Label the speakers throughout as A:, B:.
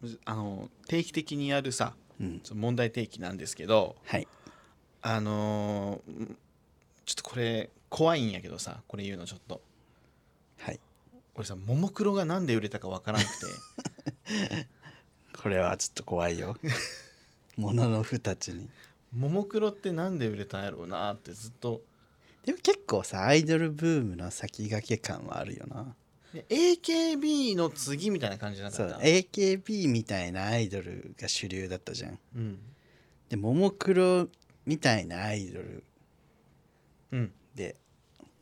A: むずあの定期的にやるさ
B: うん
A: ちょっと問題提起なんですけど
B: はい
A: あのーんちょっとこれ怖いんやけどさこれ言うのちょっと
B: はい
A: 俺さももクロがなんで売れたかわからなくて
B: これはちょっと怖いよ もののふたちに
A: ももクロってなんで売れたんやろうなってずっと
B: でも結構さアイドルブームの先駆け感はあるよな
A: で AKB の次みたいな感じじゃな
B: そ
A: か
B: う
A: った
B: AKB みたいなアイドルが主流だったじゃん
A: うん
B: でももクロみたいなアイドル
A: うん
B: で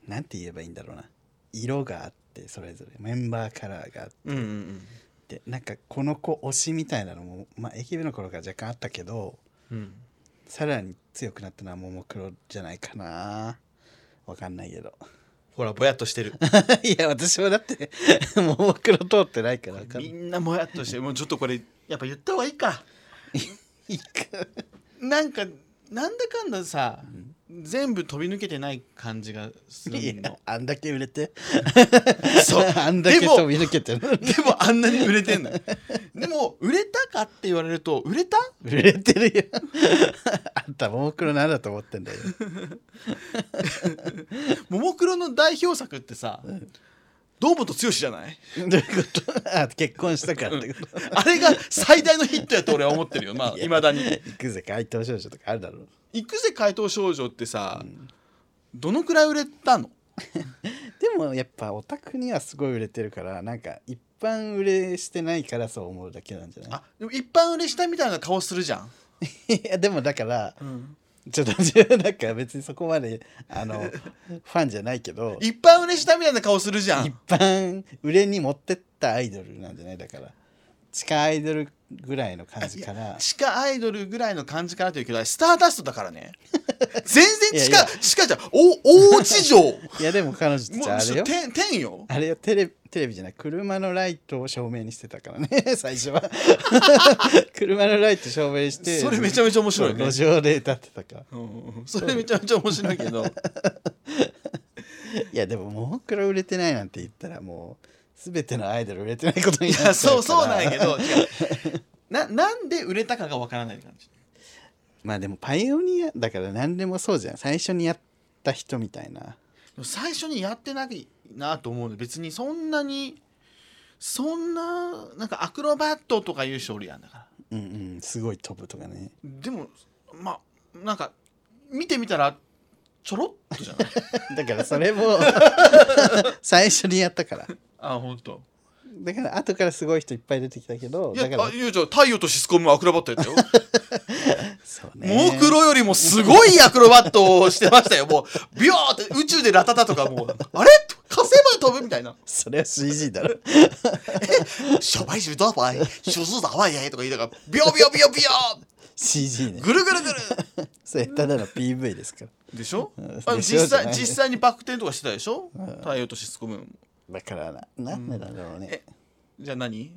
B: なんて言えばいいんだろうな色があってそれぞれメンバーカラーがあっ
A: うんうんうん
B: てなんかこの子推しみたいなのも、まあ、AKB の頃から若干あったけど
A: うん
B: さらに強くなったのはももクロじゃないかなわかんないけど
A: ほらぼやっとしてる
B: いや私はだって ももクロ通ってないからわかんな
A: み
B: い
A: んなぼやっとしてるもうちょっとこれやっぱ言った方がいいか
B: いいか
A: なんかなんだかんださ、全部飛び抜けてない感じがする
B: いや
A: の
B: あんだけ売れ て
A: そう
B: あんだけ
A: でも
B: 飛び抜けてるのに
A: でもあんなに売れてんだよでも売れたかって言われると売れた
B: 売れてるよ あんたももクロなんだと思って んだよ
A: ももクロの代表作ってさ堂本剛じゃない
B: どういうことあ結婚したからってこと
A: あれが最大のヒットやと俺は思ってるよまあいまだに
B: 行くぜ怪盗少女とかあるだろう
A: 「行くぜ怪盗少女」ってさ、どのくらい売れたの
B: でもやっぱオタクにはすごい売れてるからなんか一般売れしてないからそう思うだけなんじゃな
A: あでも一般売れしたみたいな顔するじゃん、
B: いいやでもだからちょっと自分なんか別にそこまであの ファンじゃないけど
A: 一般売れしたみたいな顔するじゃ
B: 一
A: ん
B: 般売れに持ってったアイドルなんじゃないだから地下アイドルぐらいの感じから
A: 地下アイドルぐらいの感じかなというけどスターダストだから ね全然地
B: いや
A: 下
B: い
A: 地下じゃんお大 地上も
B: いやでも彼女た
A: う
B: ちあれよ
A: 天天よ
B: あれよテレテレビじゃない車のライトを照明にしてたからね 最 初は車のライト照明して
A: それめちゃめちゃ面白い
B: そう
A: ね
B: 路上で歌ってたから
A: うんそれめちゃめちゃ面白いけ ど
B: いやでもももクロ売れてないなんて言ったらもう全てのアイドル売れてないことに
A: い
B: なっちゃ
A: や
B: う
A: そうそうなんや
B: け
A: け
B: ど
A: ど違うななんで売れたかがわからない感じ
B: まあでもパイオニアだから何でもそうじゃん最初にやった人みたいな
A: 最初にやってないなと思うの別にそんなにそんななんかアクロバットとかいう人おるやんだから
B: うんうんすごい飛ぶとかね
A: でもまあなんか見てみたらちょろっとじゃない
B: だからそれも 最初にやったから
A: あ本当。
B: だから後からすごい人いっぱい出てきたけど
A: いや
B: だから
A: あゆうちゃん太陽とシスコムアクロバットや ったよ
B: そう
A: もうクロよりもすごいアクロバットをしてましたよもうビョーって宇宙でラタタとかもうあれ火星まで飛ぶみたいな
B: それは CG だろ
A: 小白鼠だばい、小鼠だわいとか言いながら、ビョビョビョビョ
B: CG ね
A: ぐるぐるぐる
B: それただの PV ですから
A: でしょ
B: うん
A: あの
B: でしょ
A: 実際
B: じゃない
A: 実際にバク転とかしてたでしょ太陽とシスコム。
B: だからななんでだろうね、
A: じゃあ何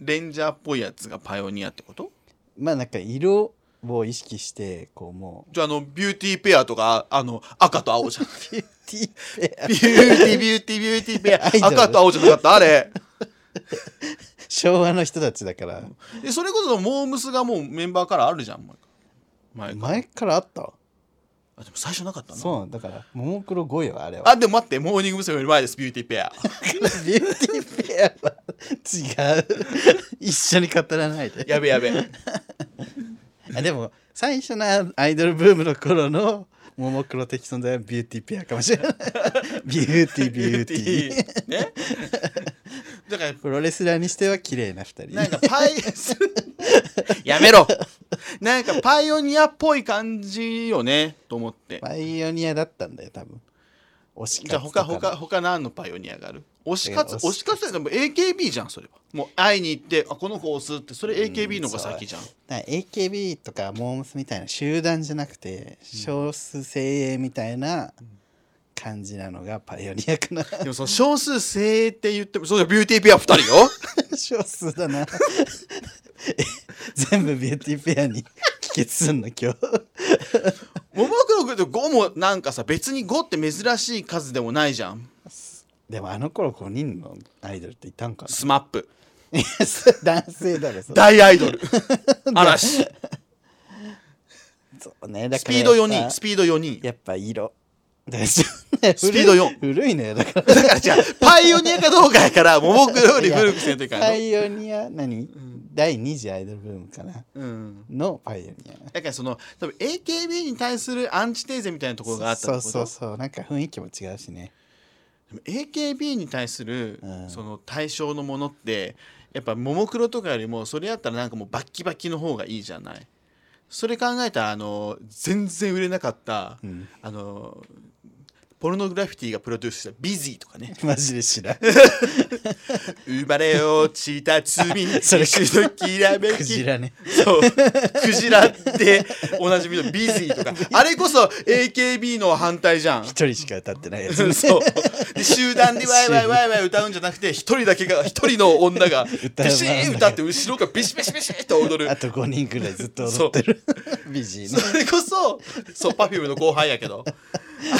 A: レンジャーっぽいやつがパイオニアってこと
B: まあなんか色を意識してこうも
A: じゃああのビューティーペアとかあの赤と青じゃん。
B: うビューティーペア
A: ビューティービューティービューティーペ
B: アイドル
A: ア赤と青じゃなかったあれ
B: 昭和の人たちだから
A: でそれこそモームスがもうメンバーからあるじゃん前から
B: 前からあった
A: あでも最初なかったな
B: そうだからももクロ5よあれは
A: あでも待ってモーニング娘。より前ですビューティーペア
B: ビューティーペアは違う一緒に語らないで
A: やべやべ
B: あでも最初のアイドルブームの頃のももクロ的存在はビューティーペアかもしれない ビューティービューティー
A: ー。ね。だから、
B: プロレスラーにしては綺麗な2
A: なん
B: 人
A: かパイ、やめろ なんかパイオニアっぽい感じよね、と思って。
B: パイオニアだったんだよ多分推し
A: じゃあ他、他、他何のパイオニアがある推し活、
B: え
A: 推し活でも AKB じゃん、それは。もう会いに行って、あ、この子押すって、それ AKB の方が先 じゃん。
B: だから AKB とかモームスみたいな集団じゃなくて少数精鋭みたいな感じなのがパイオニアかな
A: でもその少数精鋭って言っても、そうじゃビューティーペア2人 よ。
B: 少数だなえ全部ビューティーペアに帰結すんの今日
A: ももクロ君と5もなんかさ、別に5って珍しい数でもないじゃん。
B: でもあの頃5人のアイドルっていたんかな
A: スマップ。
B: 男性だろそ れ
A: 大アイドル 嵐
B: そうねだ
A: ス
B: から
A: ピー
B: やっ
A: ド4
B: ぱ
A: 人スピード4人
B: やっぱ色だからちょっとね
A: スピード4
B: 古い古いのよだから
A: だからじゃあパイオニアかどうかや からももクロより古くせんといかんの
B: パイオニア何、
A: ん
B: 第2次アイドルブームかな
A: うん
B: のパイオニア
A: だからその多分 AKB に対するアンチテーゼみたいなところがあったってこと
B: そうそうそうなんか雰囲気も違うしね
A: でも AKB に対する
B: うん
A: その対象のものってやっぱももクロとかよりもそれやったらなんかもうバッキバキの方がいいじゃないそれ考えたらあの全然売れなかった、
B: ん
A: あのポルノグラフィティがプロデュースした「ビジーとかね
B: マジで知らん
A: 「生まれ落ちた罪
B: それ
A: 一度きらめ
B: クジ
A: き」
B: ラね
A: そうクジラっておなじみの「ビジーと かあれこそ AKB の反対じゃん
B: 一人しか歌ってないやつ、ね、
A: そうで集団でワイワイワイワイ歌うんじゃなくて一人だけが一人の女が
B: う
A: ビシー歌って後ろがビシビシビシッと踊る
B: あと5人ぐらいずっと踊ってる美人ね
A: それこそそうパフュームの後輩やけど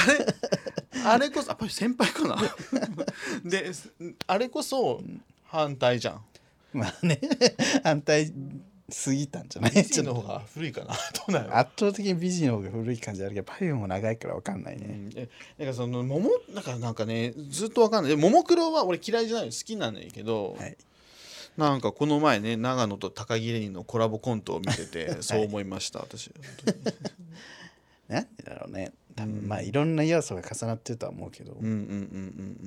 A: あれあれこそあパフュー先輩かなですあれこそ反対じゃん
B: まあね反対すぎたんじゃない
A: ビ
B: ち
A: ジ
B: ょっ
A: の
B: と
A: 方が古いかなどうなの
B: 圧倒的に美人の方が古い感じあるけどパイオンも長いから分かんないね、
A: えなんかその桃だからなんかねずっとわかんないでももクロは俺嫌いじゃないよ好きなんだけど、
B: はい
A: なんかこの前ね長野と高木玲のコラボコントを見て て、そう思いました私
B: なんでだろうね多分まあいろんな要素が重なってるとは思うけど、
A: うんうんうんうんう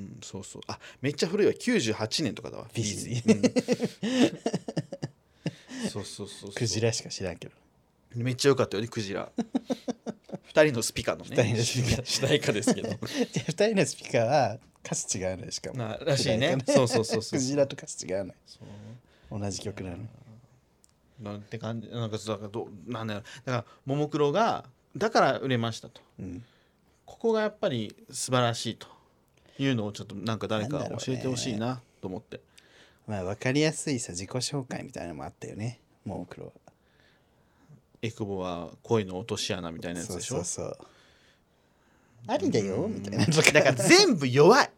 A: んそうそうあめっちゃ古いわ98年とかだわ
B: ビーズ
A: ビーズうんそうそうそうそう
B: クジラしか知らんけど
A: めっちゃ良かったよねクジラ二人のスピカのね
B: 二人のスピ
A: 主題歌ですけ ど
B: で2人のスピーカーは歌詞違うのよしかも
A: ならしいね
B: 主題歌
A: そうそうそうそう
B: クジラと歌詞違うのよ
A: そう
B: 同じ曲なのに
A: なんて感じなんかそうだからどうなんだろうだからももクロがだから売れましたと
B: うん
A: ここがやっぱり素晴らしいというのをちょっとなんか誰か
B: なんだろうね
A: 教えてほしいなと思って、
B: まあ分かりやすいさ自己紹介みたいなのもあったよねもう黒は
A: エクボは恋の落とし穴みたいなやつ
B: そう
A: でし
B: そ
A: ょ
B: うそうありだよみたいなと か
A: だから全部弱い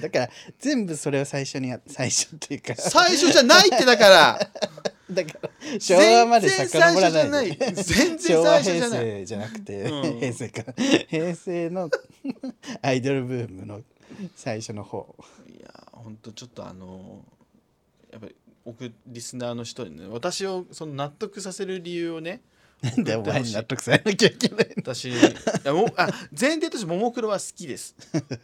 B: だから全部それを最初にや最初ってい うか
A: 最初じゃないってだから
B: だから昭和まで遡らない
A: 全然最初じゃない全然最
B: 昭和
A: 初じ
B: 平
A: ゃない
B: 成じゃなくて、
A: うん
B: 平成か平成の アイドルブームの最初 の方
A: いやほんとちょっとあのやっぱり僕リスナーの人にね私をその納得させる理由をね
B: なんでお前に納得されなきゃいけない
A: 私 いやもあ前提としてももクロは好きです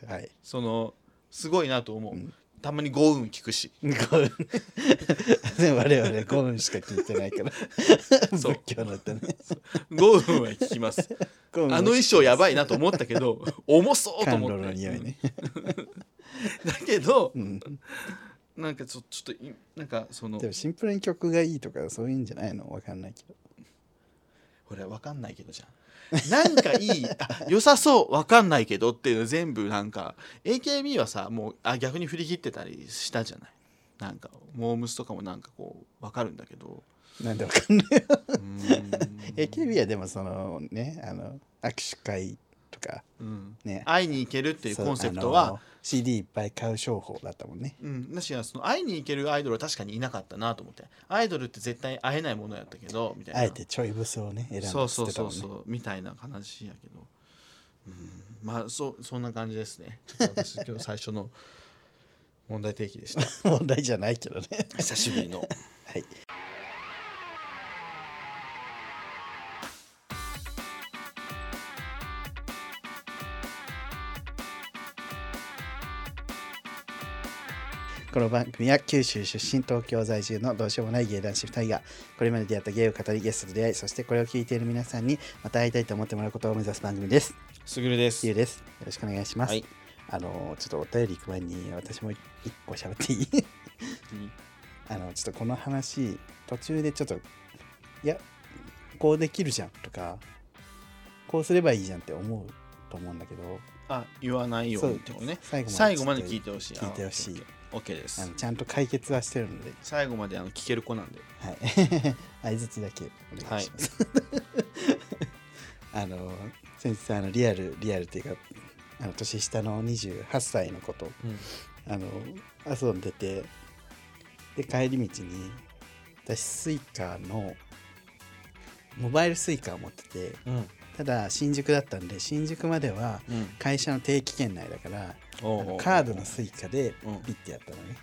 B: のはい
A: そのすごいなと思う、たまに豪運聞く し
B: ごめんでも我々5分しか聞いてないから
A: そう
B: 仏教の歌ね
A: 豪運は聞き ます
B: あ
A: あの衣装やばいなと思ったけ ど重そうと
B: 甘
A: 思
B: 露
A: って
B: の匂いね
A: だけど、
B: ん
A: なんかちょちょっといなんかその
B: でもシンプルに曲がいいとかそういうんじゃないのわかんないけど
A: 俺は分かんないけどじゃんなんかいいあ良さそう分かんないけどっていうの全部なんか AKB はさもうあ逆に振り切ってたりしたじゃないなんかモームスとかもなんかこう分かるんだけど
B: なんでわかんない
A: うーん
B: AKB はでもそのねあの握手会とか
A: うん
B: ね
A: 会いに行けるっていう
B: そう
A: コンセプト
B: あ
A: は
B: の CD いっぱい買う商法だったもんね
A: うん、だしその会いに行けるアイドルは確かにいなかったなと思ってアイドルって絶対会えないものやったけどみたいな
B: あえてちょいブスをね選んで
A: そう
B: 捨
A: そう
B: てた
A: そ
B: も
A: うん
B: ね
A: そうみたいな感じやけど、うん、まあそそんな感じですねちょっと私今日最初の問題提起で した
B: 問題じゃないけどね
A: 久しぶりの
B: はいこの番組は九州出身東京在住のどうしようもない芸男子2人がこれまで出会った芸を語りゲストと出会いそしてこれを聞いている皆さんにまた会いたいと思ってもらうことを目指す番組です。
A: すぐるです
B: ゆうです。よろしくお願いします。
A: はい
B: あのちょっとお便り行く前に私も一個喋っていいあのちょっとこの話途中でちょっといやこうできるじゃんとかこうすればいいじゃんって思うと思うんだけど
A: あ言わないようにってことね
B: そう
A: 最
B: 最
A: 後
B: 後
A: ま
B: ま
A: で
B: で
A: 聞いてほしい
B: 聞いてほしい
A: あ OK で
B: あ
A: す
B: のちゃんと解決はしてるので、
A: 最後まであの聞ける子なんで
B: はい、 相槌だけお願いします、 あの先日あのリアルリアルっていうかあの年下の28歳の子と
A: うん
B: あの遊んでてで帰り道に私スイカのモバイルスイカを持ってて
A: うん
B: ただ新宿だったんで新宿までは
A: うん
B: 会社の定期券内だからあ
A: おうおうお
B: の
A: う
B: カードのスイカで
A: うん
B: ピッてやったのね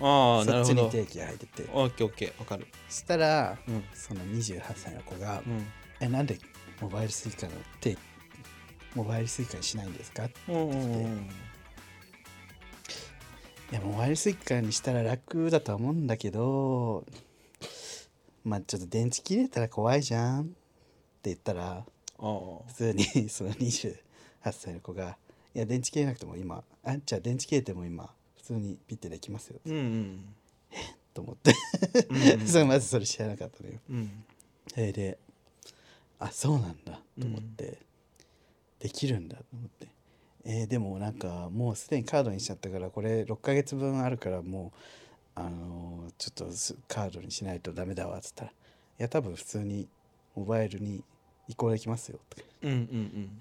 A: ああな
B: そ
A: る
B: っ
A: ほ
B: ちに
A: ど
B: 定期が入ってて
A: オッケーオッケーわかる
B: そしたら
A: うん
B: その28歳の子が
A: うん
B: 「えなんでモバイルスイカの定期モバイルスイカにしないんですか?」い
A: うんうんうん
B: やモバイルスイカにしたら楽だとは思うんだけどまあちょっと電池切れたら怖いじゃんって言ったら
A: おうお
B: 普通に その28歳の子が「いや電池切れなくても今あじゃあ電池切れても今普通にピッてできますよ
A: ううんうん」
B: と思って
A: うん
B: そうまずそれ知らなかったのよ。
A: うん
B: それであそうなんだと思って、できるんだと思って、えーでもなんかもうすでにカードにしちゃったからこれ6ヶ月分あるからもう、あのーちょっとすカードにしないとダメだわっつったら「いや多分普通にモバイルに移行できますよ」とか
A: うんうん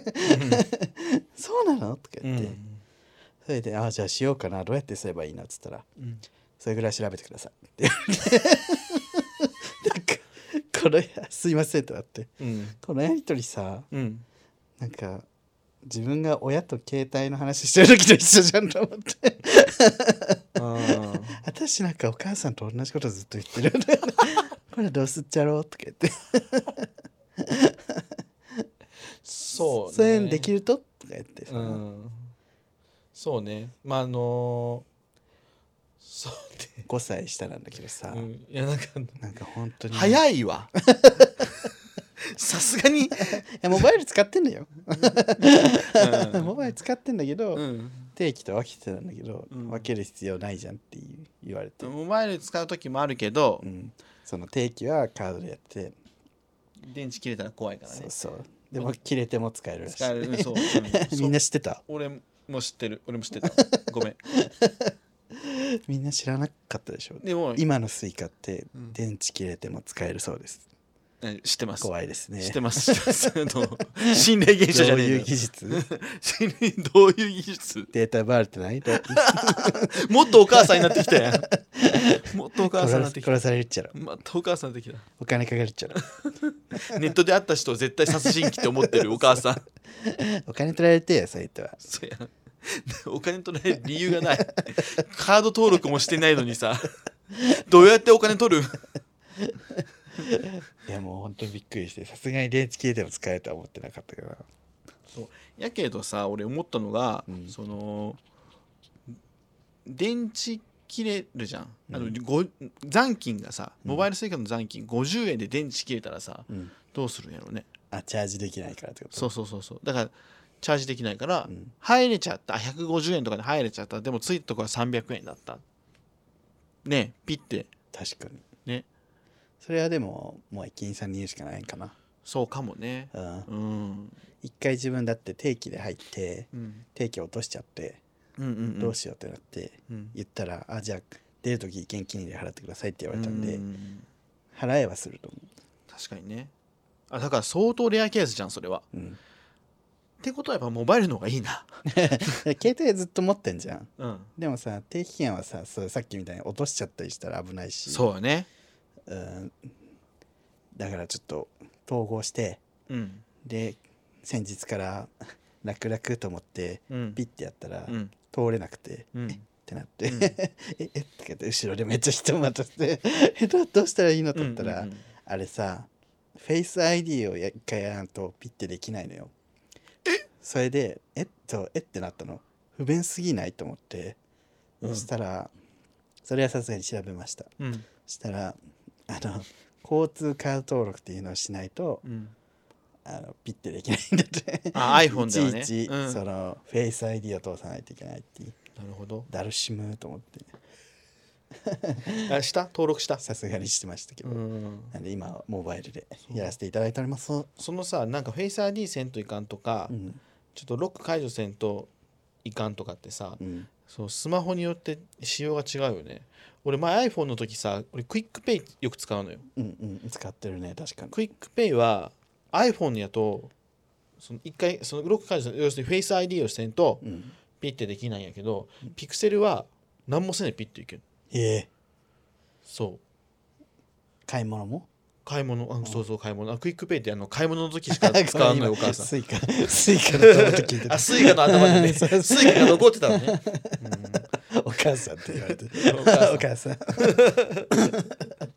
B: 「そうなの?」とか
A: う
B: 言
A: ん
B: って、それで「あじゃあしようかなどうやってすればいいの?」っつったら
A: うん
B: 「それぐらい調べてください」 って言われてなんかこれすいません」となって
A: うん
B: このやり取りさ
A: うん
B: なんか自分が親と携帯の話してる時と一緒じゃんと思って
A: ああ
B: 私なんかお母さんと同じことずっと言ってる これどうすっちゃろうとか言って
A: そうね
B: そういうのできるととか言ってさ、
A: うんそうねまああのーそうね
B: 5歳下なんだけどさ、
A: うんいやなんか
B: なんか本当にい
A: 早いわさすがに
B: やモバイル使ってんだよ
A: うん
B: モバイル使ってんだけど、
A: うん
B: 定期と分けてたんだけど、
A: うん
B: 分ける必要ないじゃんっていう言われて、
A: モバイル使う時もあるけど
B: うんその定期はカードでやって、
A: 電池切れたら怖いからね
B: そうそうでも切れても使えるらしい
A: 使 えるうんそううん
B: みんな知ってた
A: そう俺も知ってる俺も知って たごめん
B: みんな知らなかったでしょ
A: でも
B: 今のスイカって
A: うん
B: 電池切れても使えるそうです、
A: うん知ってます
B: 怖いですね
A: 知ってます知ってます あの心霊現象じゃ
B: ど
A: ね
B: う
A: え
B: い
A: の
B: う
A: よ
B: 技術
A: 心霊どういう技術
B: データバレてないだ
A: もっとお母さんになってきたやん もっとお母さんになっ
B: 殺
A: てきた
B: 殺されるっちゃろ
A: またお母さんになってきた
B: お金かかるっちゃ ろ
A: ネットで会った人を絶対殺人鬼って思 ってるお母さん。
B: お金取られてよそういう人は
A: そうや。お金取られる理由がない。カード登録もしてないのにさ。どうやってお金取る
B: いやもう本当にびっくりしてさすがに電池切れても使えるとは思ってなかったから
A: やけどさ、俺思ったのが、
B: うん
A: その、電池切れるじゃん。あの
B: うん
A: ご残金がさ、
B: うん
A: モバイルスイカの残金50円で電池切れたらさ、
B: うん
A: どうするんやろうね。
B: あチャージできないからってこと
A: そうそうそうそう。だから、チャージできないから、
B: うん
A: 入れちゃった150円とかで入れちゃったでもついたとこは300円だったねえピッて
B: 確かに
A: ね
B: それはでももう駅員さんに言うしかないんかな
A: そうかもね
B: うん
A: うん
B: 一回自分だって定期で入って
A: うん
B: 定期落としちゃって
A: うんうん
B: どうしようってなって
A: うん
B: 言ったら「あじゃあ出る時現金で払ってください」って言われたんで、
A: うん
B: 払えはすると思
A: 確かにねあだから相当レアケースじゃんそれは
B: う、うん、
A: ってことはやっぱモバイルの方がいいな
B: 携帯ずっと持ってんじゃん
A: うん
B: でもさ定期券はさそうさっきみたいに落としちゃったりしたら危ないし
A: そうよね
B: う、ん、だからちょっと統合して
A: うん
B: で先日から楽々と思って
A: うん
B: ピッてやったら
A: うん
B: 通れなくて、
A: うん
B: えってなって「
A: うん
B: ええっ?」て言って後ろでめっちゃ人待たせて 「えどうどうしたらいいの?」と思ったら、
A: うんうんうん
B: あれさ、フェイス ID をや一回やらんとピッてできないのよ。えそれで、えっと、えってなったの。不便すぎないと思って、
A: うん
B: そしたら、それはさすがに調べました。
A: うん
B: そしたら、あの、交通カード登録っていうのをしないと、
A: うん
B: あのピッてできないんだって。
A: あ iPhone ではね
B: いちいち、
A: うん
B: その、フェイス ID を通さないといけないっていう。
A: なるほど
B: ダルシムと思って、
A: あした登録した
B: さすがにしてましたけ
A: う
B: ど。
A: ん
B: なんで今はモバイルで
A: そう
B: やらせていただいております。う
A: そのさなんかフェイス ID せんといかんとか、
B: ん。
A: ちょっとロック解除せんといかんとかってさ、
B: うん。
A: そうスマホによって仕様が違うよね俺前 iPhone の時さ俺クイックペイよく使うのよ
B: うんうん使ってるね確かに
A: クイックペイは iPhone やとその一回そのロック解除要するにフェイス ID をせんと
B: うん
A: ピッてできないんやけど、ピクセルは何もせんでピッていける
B: へえ
A: そう
B: 買い物も
A: 買い物あ
B: ん
A: そうそう買い物あクイックペイってあの買い物の時し か使わないお母さん
B: スイカ スイカだと思って聞いてた
A: あスイカの頭でねス
B: そうそう
A: イカが残ってたのね、
B: お母さんって言われて
A: お母さん
B: お母さん
A: そうね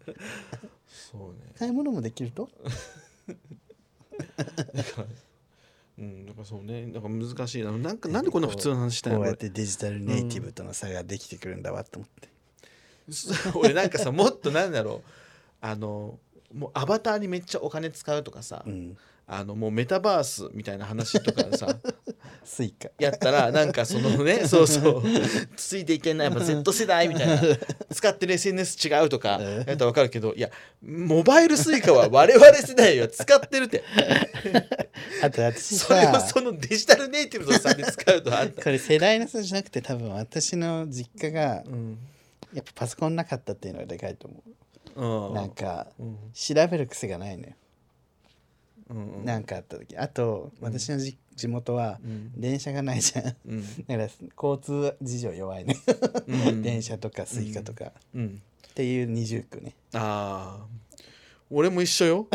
B: 買い物もできると
A: うんなんかそうねなんか難しいななんかなんでこんな普通の話したい
B: こ
A: の
B: うや
A: 俺
B: ってデジタルネイティブとの差ができてくるんだわと思って、
A: 俺なんかさもっとなんだろうあのもうアバターにめっちゃお金使うとかさ、
B: うん、
A: あのもうメタバースみたいな話とかさ
B: スイカ
A: やったらなんかその ねそうそうついていけないやっぱ Z 世代みたいな使ってる SNS 違うとかやったら分かるけどいやモバイルスイカは我々世代は使ってるって
B: あと私
A: それ
B: さ
A: はそのデジタルネイティブのさんで使うとあんた
B: これ世代の差じゃなくて多分私の実家が
A: うん
B: やっぱパソコンなかったっていうのがでかいと思
A: う
B: うんなんか
A: うん
B: 調べる癖がないのよ
A: うんうん
B: なんかあった時あと私のじ地元は
A: うん
B: 電車がないじゃん
A: うん
B: だから交通事情弱いね、
A: うん
B: 電車とかスイカとか、っ
A: うん
B: ていう二重苦ね
A: ああ俺も一緒よ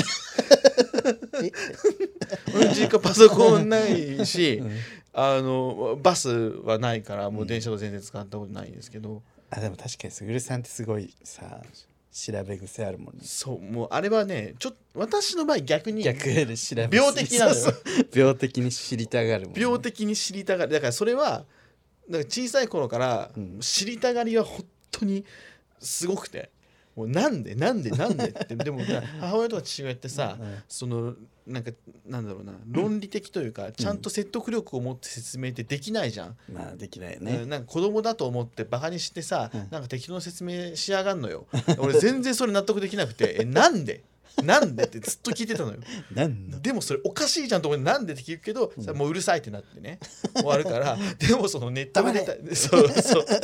B: え
A: 俺の実家パソコンないし、
B: ん
A: あのバスはないからもう電車は全然使ったことないんですけど、
B: あでも確かにすぐるさんってすごいさ調べ癖あるもんね
A: そうもうあれはねちょっと私の場合逆に
B: 逆で調べ
A: 病的なのよ
B: そうそう病的に知りたがるもんね、
A: 病的に知りたがりだからそれはなんか小さい頃から
B: うん
A: 知りたがりは本当にすごくてもうなんでなんでなんで ってでもな母親とか父親ってさ、
B: うん
A: そのなんかなんだろうな論理的というか、ちゃんと説得力を持って説明ってできないじゃん、
B: まあできないよ
A: う
B: ね
A: ん、なんか子供だと思ってバカにしてさ、
B: うん
A: なんか適当な説明しやがんのよ俺全然それ納得できなくて「えなんでなんで?」ってずっと聞いてたのよ
B: なんの
A: でもそれおかしいじゃんと思ってなんでって聞くけど、
B: うん
A: さもううるさいってなってね終わるから でもそのネットが出た
B: 黙
A: そうそうで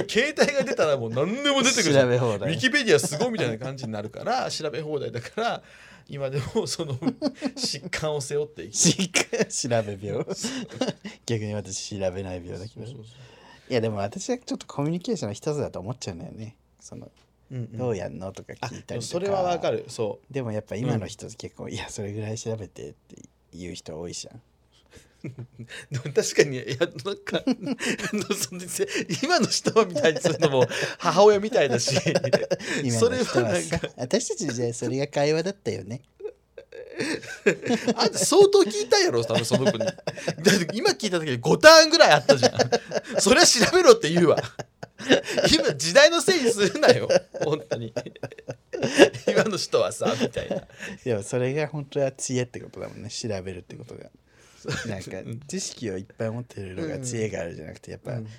A: も携帯が出たらもう何でも出てくる
B: 調べ放
A: ウィ
B: 題
A: キペディアすごいみたいな感じになるから調べ放題だから今でもそ の疾患を背負っていき
B: しっかり調べ病逆に私調べない病だけどいやでも私はちょっとコミュニケーションの一つだと思っちゃうんだよねそのどうやんのとか
A: あ
B: 聞いたりとか
A: それはわかるそ
B: でもやっぱ今の人って結構、いやそれぐらい調べてって言う人多いじゃん
A: うでも確かにいやなんかあのその今の人みたいにするのも母親みたいだし
B: 今
A: そ
B: の
A: れ
B: 人
A: は
B: は
A: なん
B: さ
A: か
B: 私たちの時代それが会話だった よね
A: あんた相当聞いたんやろ多分その子にだって今聞いた時に5ターンぐらいあったじゃんそれは調べろって言うわ今時代のせいにするなよ本当に今の人はさみたいな
B: でもそれが本当は知恵ってことだもんね調べるってことがなんか知識をいっぱい持ってるのが知恵があるじゃなくてやっぱ
A: うん
B: 調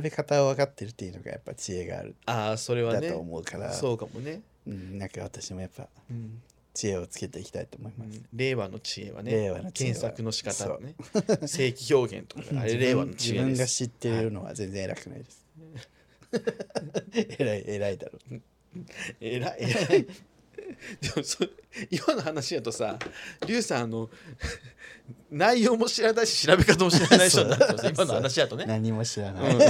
B: べ方を分かってるっていうのがやっぱ知恵がある
A: ああそれは
B: だ
A: ね
B: と思うから、
A: そうかもね、
B: うんなんか私もやっぱ
A: うん
B: 知恵をつけていきたいと思います、
A: 令和の知恵はね
B: 令和の知恵は
A: 検索の仕方ね正規表現とかあれ令
B: 自分
A: 和の知
B: 自
A: 恵
B: 分
A: で
B: が
A: す
B: 知ってるのは全然偉くない です、偉い偉いだろう
A: えらいえらい でもそ今の話やとさリュウさんあの 内容も知らないし調べ方も知らない人になってます今の話やとね
B: 何も知らない、
A: うん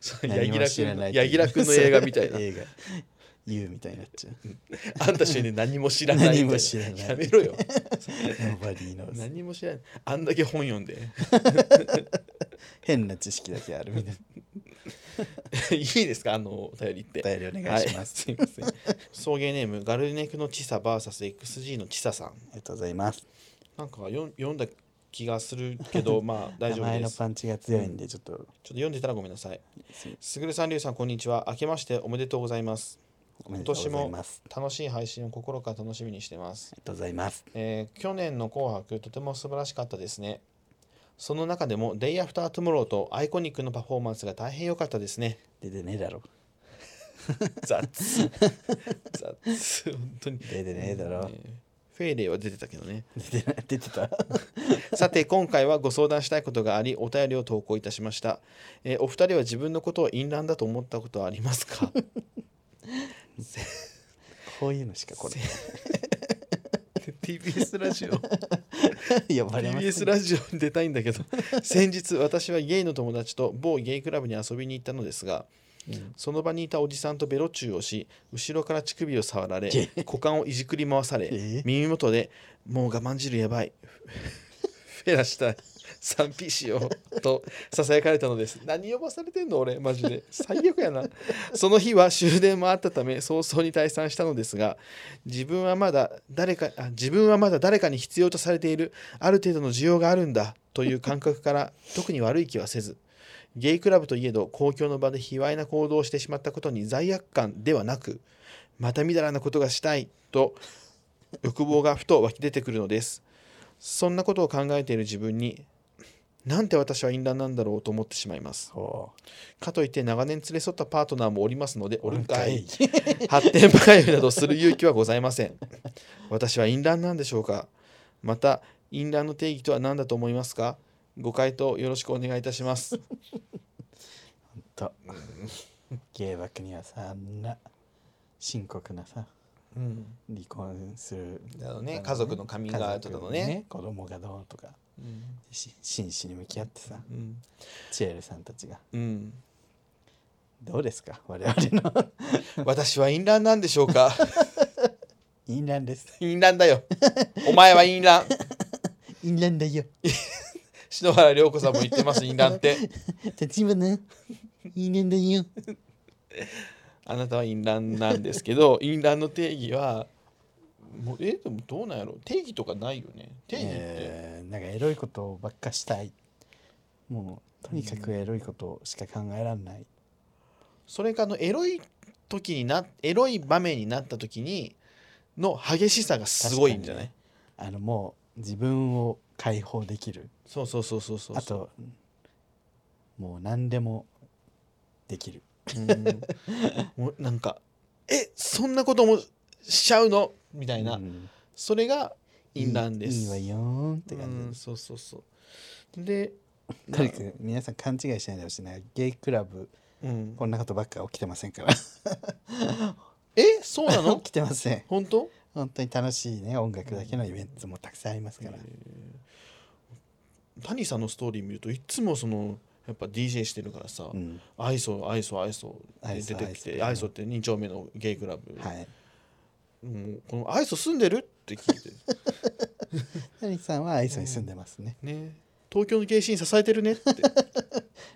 A: そうヤ
B: 何
A: ギ
B: も
A: ラ
B: 知ら
A: 君
B: な
A: の
B: い
A: ヤギラ君の映画みた いな
B: 映画言うみたいになっちゃう
A: あんた主演で何も知らないみたいな
B: 何も知らない
A: やめろよ
B: Nobody knows
A: 何も知らないあんだけ本読んで
B: 変な知識だけあるみたい
A: いいですかあのお便りって
B: なお便りお願いします、
A: はい、すいません送迎ネームガルネクのチサ VSXG のチサさん
B: ありがとうございます
A: なんかよん読んだ気がするけ どまあ大
B: 名
A: 丈夫
B: 前
A: で
B: の
A: すちょっ
B: パンチが強いんでちょっと
A: と読んでたらごめんなさい
B: す
A: すぐるさんりゅうさんこんにちは明けましておめでとうございます
B: おめでとうございます
A: 楽しい配信を心から楽しみにしてます
B: あ、りがとうございます
A: えー去年の紅白とても素晴らしかったですねその中でも Day After Tomorrow とアイコニックのパフォーマンスが大変良かったです ね
B: 出てねえだろ
A: 雑雑本当に
B: 出てねえだろ
A: えーフェイレイは出てたけどね
B: 出てない出てた
A: さて今回はご相談したいことがありお便りを投稿いたしました、えーお二人は自分のことを淫乱だと思ったことはありますか
B: こういうのしかこれ
A: TBS ラジオ
B: 呼ばれま
A: TBS
B: す
A: ラジオに出たいんだけど先日私はゲイの友達と某ゲイクラブに遊びに行ったのですが
B: うん
A: その場にいたおじさんとベロチューをし後ろから乳首を触られ
B: え
A: 股間をいじくり回され
B: え
A: 耳元で「もう我慢汁やばい」 「フェラしたい」「賛否しよう」とささやかれたのです何呼ばされてんの俺マジで最悪やなその日は終電もあったため早々に退散したのですが自分はまだ誰かあ自分はまだ誰かに必要とされているある程度の需要があるんだという感覚から特に悪い気はせずゲイクラブといえど公共の場で卑猥な行動をしてしまったことに罪悪感ではなくまたみだらなことがしたいと欲望がふと湧き出てくるのですそんなことを考えている自分になんて私は淫乱なんだろうと思ってしまいます
B: ほ
A: かといって長年連れ添ったパートナーもおりますので
B: う
A: おるんかい
B: おるんかい
A: 発展回遊などする勇気はございません私は淫乱なんでしょうかまた淫乱の定義とは何だと思いますかご回答よろしくお願いいたします
B: と芸爆にはさあんな深刻なさ
A: うん
B: 離婚する
A: だろうね家族のカミングアウトだろうね
B: 家族の子供がどうとかし真摯に向き合ってさ
A: うん
B: チエルさんたちが
A: うん
B: どうですか我々の
A: 私は淫乱なんでしょうか
B: インランです
A: 淫乱だよお前は淫乱
B: インランだよ
A: 篠原涼子さんも言ってます淫乱って
B: 立花インランだよ
A: あなたは淫乱なんですけど淫乱の定義はもうえでもどうなんやろ定義とかないよね定義って、
B: えーなんかエロいことばっかしたいもうとにかくエロいことしか考えられない、
A: それかあのエロい時になエロい場面になった時にの激しさがすごいんじゃない、
B: あのもう自分を解放できる
A: そうそうそうそうそう
B: あともう何でもできる
A: うんもうなんかえそんなこともしちゃうのみたいな、
B: うん
A: それが淫乱です
B: いいいいわよーんって
A: う
B: 感
A: ん
B: じ
A: そうそうそうで
B: でとにかく皆さん勘違いしないでほしいなゲイクラブ
A: うん、
B: こんなことばっか起きてませんから
A: えそうなの
B: 起きてません
A: 本当
B: 本当に楽しいね音楽だけのイベントもたくさんありますから、
A: 谷さんのストーリー見るといつもそのやっぱ DJ してるからさ
B: うん
A: 「アイソアイソアイソ」
B: アイ
A: で出
B: ソ
A: てき
B: アイ
A: て「
B: ソ
A: アイソ」って2丁目のゲイクラブ、
B: はい
A: もうこの「アイソ住んでる?」って聞 いて
B: 谷さんは愛想に住んでますね
A: ね東京のゲイシーン支えてるねって、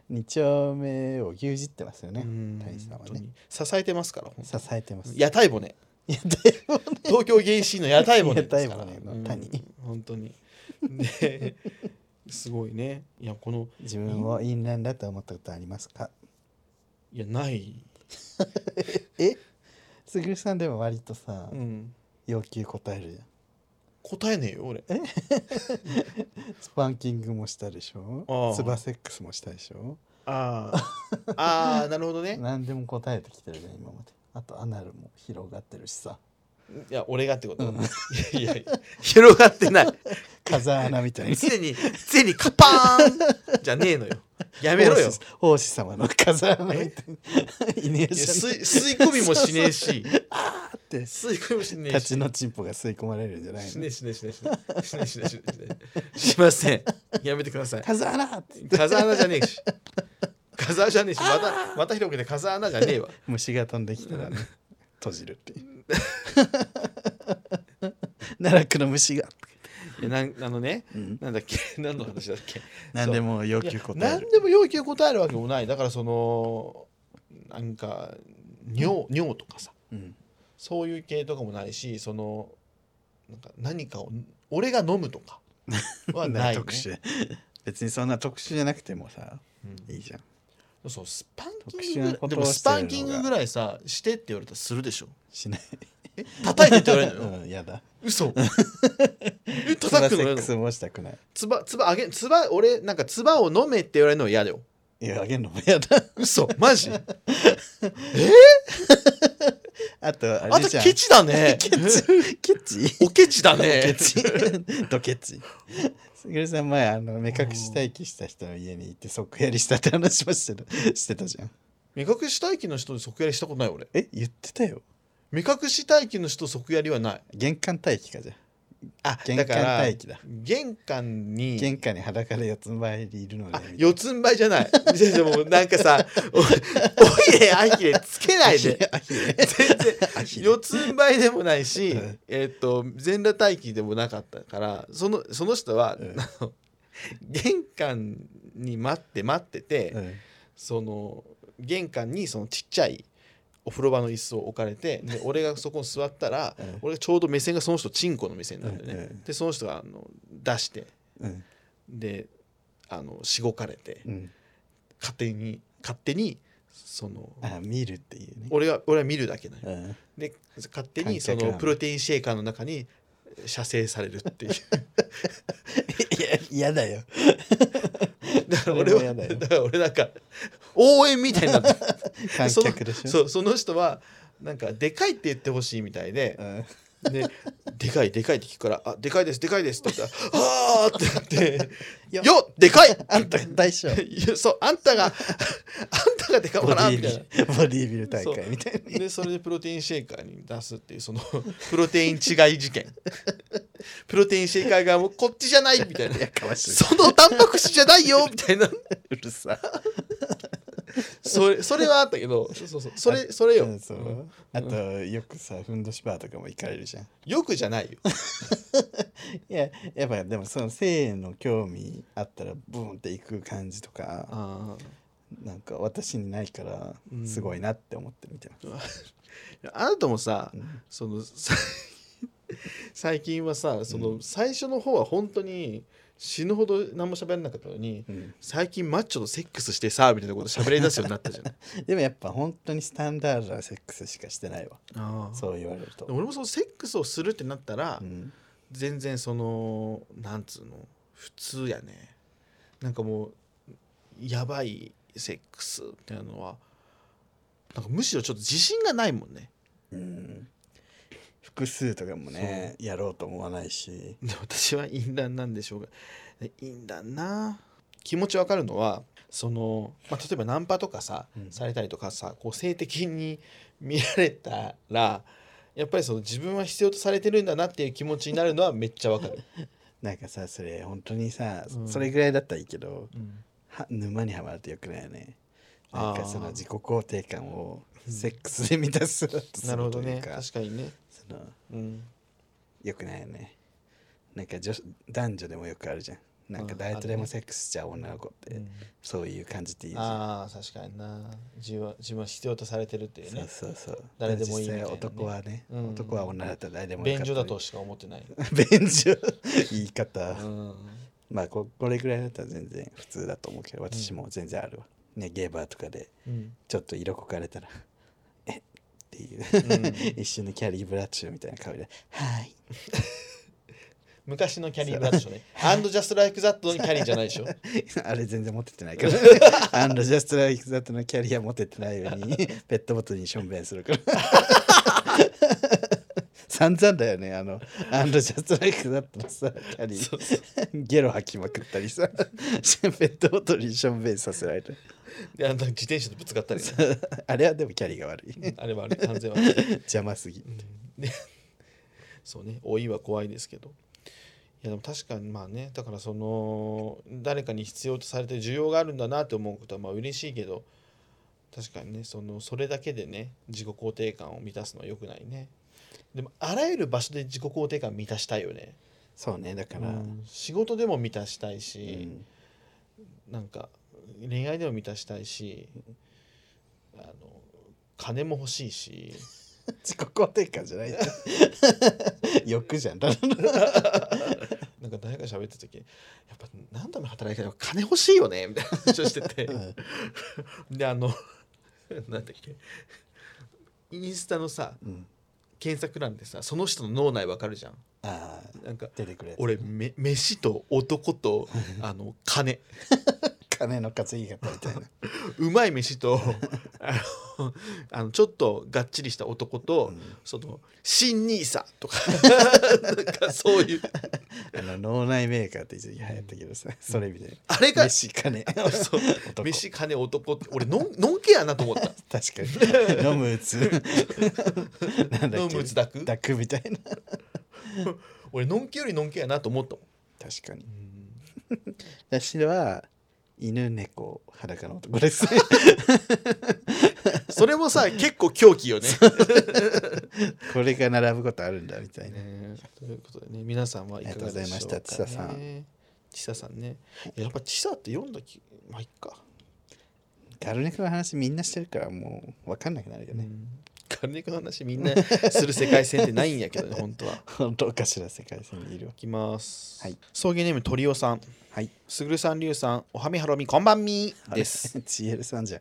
B: 二丁目を牛耳ってますよね
A: うん
B: 谷さんは
A: 本当
B: ね
A: に支えてますから本
B: 支えてま
A: 当
B: す
A: に屋台骨
B: いやだいぶ
A: 東京ゲイシーンの屋台骨ですから
B: 屋台骨の谷
A: うん本当にですごいねいやこの
B: 自分をインランだと思ったことありますか
A: いやない、
B: えすぐるさんでも割とさ、
A: うん、
B: 要求答えるじ
A: 答えねえよ俺
B: ゃんスパンキングもしたでし
A: あ
B: ょ
A: あ
B: ツバセックスもしたでしょ
A: ああああなるほどね
B: 何でも答えてきてるじゃん今まであとアナルも広がってるし さ
A: いや俺がってこと、
B: うん
A: いやいやいや広がってない
B: 風穴みたいに
A: 常に常にカパーンじゃねえのよやめろよ
B: 王子王子様の風穴みたいにイネー
A: いや
B: シ
A: 吸
B: ャ
A: い吸い込みもしねえ し
B: ンって
A: 吸い込みもしねえ
B: 立
A: し
B: ちのチンポが吸い込まれるんじゃない
A: し
B: の
A: ねえしねえしねえしねえしねえしねえしねえしませんやめてください
B: 風穴って
A: 風穴じゃねえし風穴じゃねえしまたまた広くて風穴じゃねえわ
B: 虫が飛んできたらね閉じるっていう 奈良区の虫が、
A: いやなんあのね
B: うん、
A: なんだっけ何の話だっけ
B: 何でも要求
A: いや
B: 答え
A: 何
B: る
A: でも要求答えるわけもないだからそのなんか尿尿とかさ
B: うん
A: そういう系とかもないしそのなんか何かを俺が飲むとかは ない、ね
B: 特殊別にそんな特殊じゃなくてもさいいじゃん
A: うんそうスパンキ
B: 特
A: ン
B: 殊な
A: グ
B: こ
A: ぐらいで
B: と
A: も
B: を
A: ス
B: してるのが
A: パンキングぐらいさしてって言われたらするでしょ
B: しない
A: え叩いてって言われ るのよ
B: うんやだ
A: 嘘え
B: ツバ
A: 叩
B: セ
A: くの
B: ッ
A: よ
B: クスもしたくない
A: つばつばあげつば俺なんかつばを飲めって言われるのは嫌だよ
B: いやあげんのもやだ
A: 嘘マ ジ
B: あとあ
A: あ
B: れ
A: と
B: じゃん
A: ケチだね
B: ケチケチ
A: おケチだ ね
B: ケチドケチすぐるさん前あの目隠し待機した人の家に行って即やりしたって話もしてたしてたじゃん
A: 目隠し待機の人で即やりしたことない俺
B: え言ってたよ
A: 目隠し待機の人即やりはない
B: 玄関待機かじゃ
A: あ
B: 玄
A: だか
B: 関
A: ら
B: 待機だ
A: 玄関に
B: 玄関に裸で四つん這いでいるので
A: あ四つん這いじゃない先生もうなんかさおおいであひれつけない で
B: アヒレ
A: 全然
B: アヒレ
A: 四つん這いでもないし
B: うん
A: えっと全裸待機でもなかったからそのその人は、
B: うん
A: あの玄関に待って待ってて、
B: うん
A: その玄関にそのちっちゃいお風呂場の椅子を置かれてで俺がそこに座ったら
B: うん
A: 俺がちょうど目線がその人チンコの目線なんだよ
B: うんう
A: ね
B: ん
A: でその人があの出して
B: うん
A: であのしごかれて
B: うん
A: 勝手に勝手にその
B: あ見るっていうね
A: 俺は俺は見るだけだよ
B: うん
A: で勝手にそ
B: 観客な
A: の
B: んだ
A: プロテインシェーカーの中に射精されるっていう
B: いや嫌だよ
A: だから
B: それ
A: 俺
B: も
A: は
B: 嫌だよ
A: だから俺なんか応援みたいになってる
B: 観客でしょ
A: そうその人はなんかでかいって言ってほしいみたいで
B: うん
A: で「でかいでかい」って聞くから「あでかいですでかいです」って言ったら「ああ」って言 って「よ
B: よ
A: でかい!」
B: あんた大将
A: いやそうあんたがあんたがでかい
B: ボデ
A: かな
B: ィー
A: みたいな。
B: ビル ボディービル大会みたいな
A: でそれでプロテインシェイカーに出すっていうそのプロテイン違い事 件プロテインシェイカーがもうこっちじゃないみたいな
B: やかましい
A: そのタンパク質じゃないよ みたいな
B: うるさ
A: それそれはあったけどそうそうそうそれそれよ、
B: うんそうあとよくさふんどしバーとかも行かれるじゃん
A: よくじゃないよ
B: いややっぱでもその性の興味あったらブーンって行く感じとか
A: あー
B: なんか私にないから
A: うん
B: すごいなって思ってるみたいな、
A: あなたもさ、
B: うん
A: その さ最近はさその、最初の方は本当に死ぬほど何も喋らなかったのに
B: うん
A: 最近マッチョとセックスしてさみたいなこと喋り出すようになったじゃない
B: でもやっぱ本当にスタンダードなセックスしかしてないわ
A: あー
B: そう言われると、
A: 俺もそのセックスをするってなったら、
B: うん、
A: 全然そのなんつうの普通やねなんかもうやばいセックスっていうのはなんかむしろちょっと自信がないもんね
B: うん複数とかもねやろうと思わないし
A: で私は淫乱なんでしょうがで淫乱な気持ちわかるのはその、まあ、例えばナンパとかさ、
B: うん
A: されたりとかさこう性的に見られたらやっぱりその自分は必要とされてるんだなっていう気持ちになるのはめっちゃわかる、
B: なんかさそれ本当にさ、
A: うん
B: それぐらいだったらいいけど
A: うん
B: は沼にはまるとよくないよねなん
A: あ
B: か
A: ー
B: その自己肯定感をセックスで満たすとす
A: なるほ
B: ると
A: ど
B: い
A: ね
B: うか
A: 確かにね、
B: その
A: うん、
B: よくないよねなんか女子男女でもよくあるじゃんなんか
A: うん
B: 誰とで
A: ある
B: も
A: ね
B: セックスしちゃう女の子って、そういう感じっていいじゃん
A: あー確かにな自分は自分は必要とされてるっていう
B: そう
A: ね
B: そうそう
A: 誰でもいいみたい
B: 実
A: な
B: 際
A: ね
B: 男はね、
A: うん
B: 男は女だったら誰でもよ
A: 便
B: かった
A: 所だとしか思ってない、
B: 便所 言い方、
A: うん、
B: まあここれぐらいだったら全然普通だと思うけど私も全然あるわ、ねゲーバーとかで
A: うん
B: ちょっと色こかれたら「えっ?」ていう、
A: う
B: 一瞬のキャリーブラッチュみたいな顔で「はい
A: 昔のキャリーブラッシュね。アンドジャストライクザットのキャリーじゃないでし ょ。」
B: あれ全然持ててないからアンドジャストライクザットのキャリア持ててないようにペットボトルにしょんべんするから散々だよねあのアンドジャストライクザットのさキャリーゲロ吐きまくったりさペットボトルにしょんべんさせられた
A: で、あの自転車とぶつかったりね。
B: あれはでもキャリが悪い
A: あれはあれ完全は。うん
B: 邪魔すぎ
A: でそうね、老いは怖いですけど。いやでも確かにまあねだからその誰かに必要とされて需要があるんだなって思うことはまあ嬉しいけど確かにねそのそれだけでね自己肯定感を満たすのは良くないねでもあらゆる場所で自己肯定感満たしたいよね、
B: そうねだから、
A: うん仕事でも満たしたいうし、
B: ん
A: なんか恋愛でも満たしたいしあの金も欲しいし
B: 自己肯定感じゃない 欲じゃんただの
A: なんか誰か喋ってた時やっぱ何度も働いてる金欲しいよねみたいな話をしてて
B: うん
A: であの なんだっけインスタのさ
B: うん
A: 検索欄でさその人の脳内わかるじゃん
B: ああ
A: なんか
B: 出てくれ
A: 俺め飯と男 とあの金
B: 金の稼ぎ方みた いな
A: うまい飯 とあのあのちょっとがっちりした男と、
B: うん
A: その新ニーサと かなんかそういう
B: あの脳内メーカーって一時期流行ったけどさそれみたい
A: あれ
B: な
A: が
B: 飯 金
A: そう
B: 男
A: 飯金男って俺のんのんけやなと思った
B: 確 かに飲むうつなんだっけ
A: 飲むうつ抱く
B: 抱くみたいな
A: 俺のんきよりのんきやなと思ったもん
B: 確かに
A: うん
B: 私は犬猫裸の男 ですね
A: それもさ結構狂気よね
B: これが並ぶことあるんだみたいな
A: ねということでね皆さんはいかがでしょうか、ね、
B: ありがとうございましたちささ
A: んちささんねやっぱちさって読んだきまあいっか、
B: ガルネコの話みんなしてるからもう分かんなくなるよ
A: う
B: ね、
A: んカルネコの話みんなする世界線ってないんやけど ね本当は
B: 本当かしら世界線にいるわ
A: いきます、
B: はい
A: 送迎ネームトリオさん
B: はい
A: すぐるさんりゅうさんおはみはろみこんばんみです
B: CL さんじゃん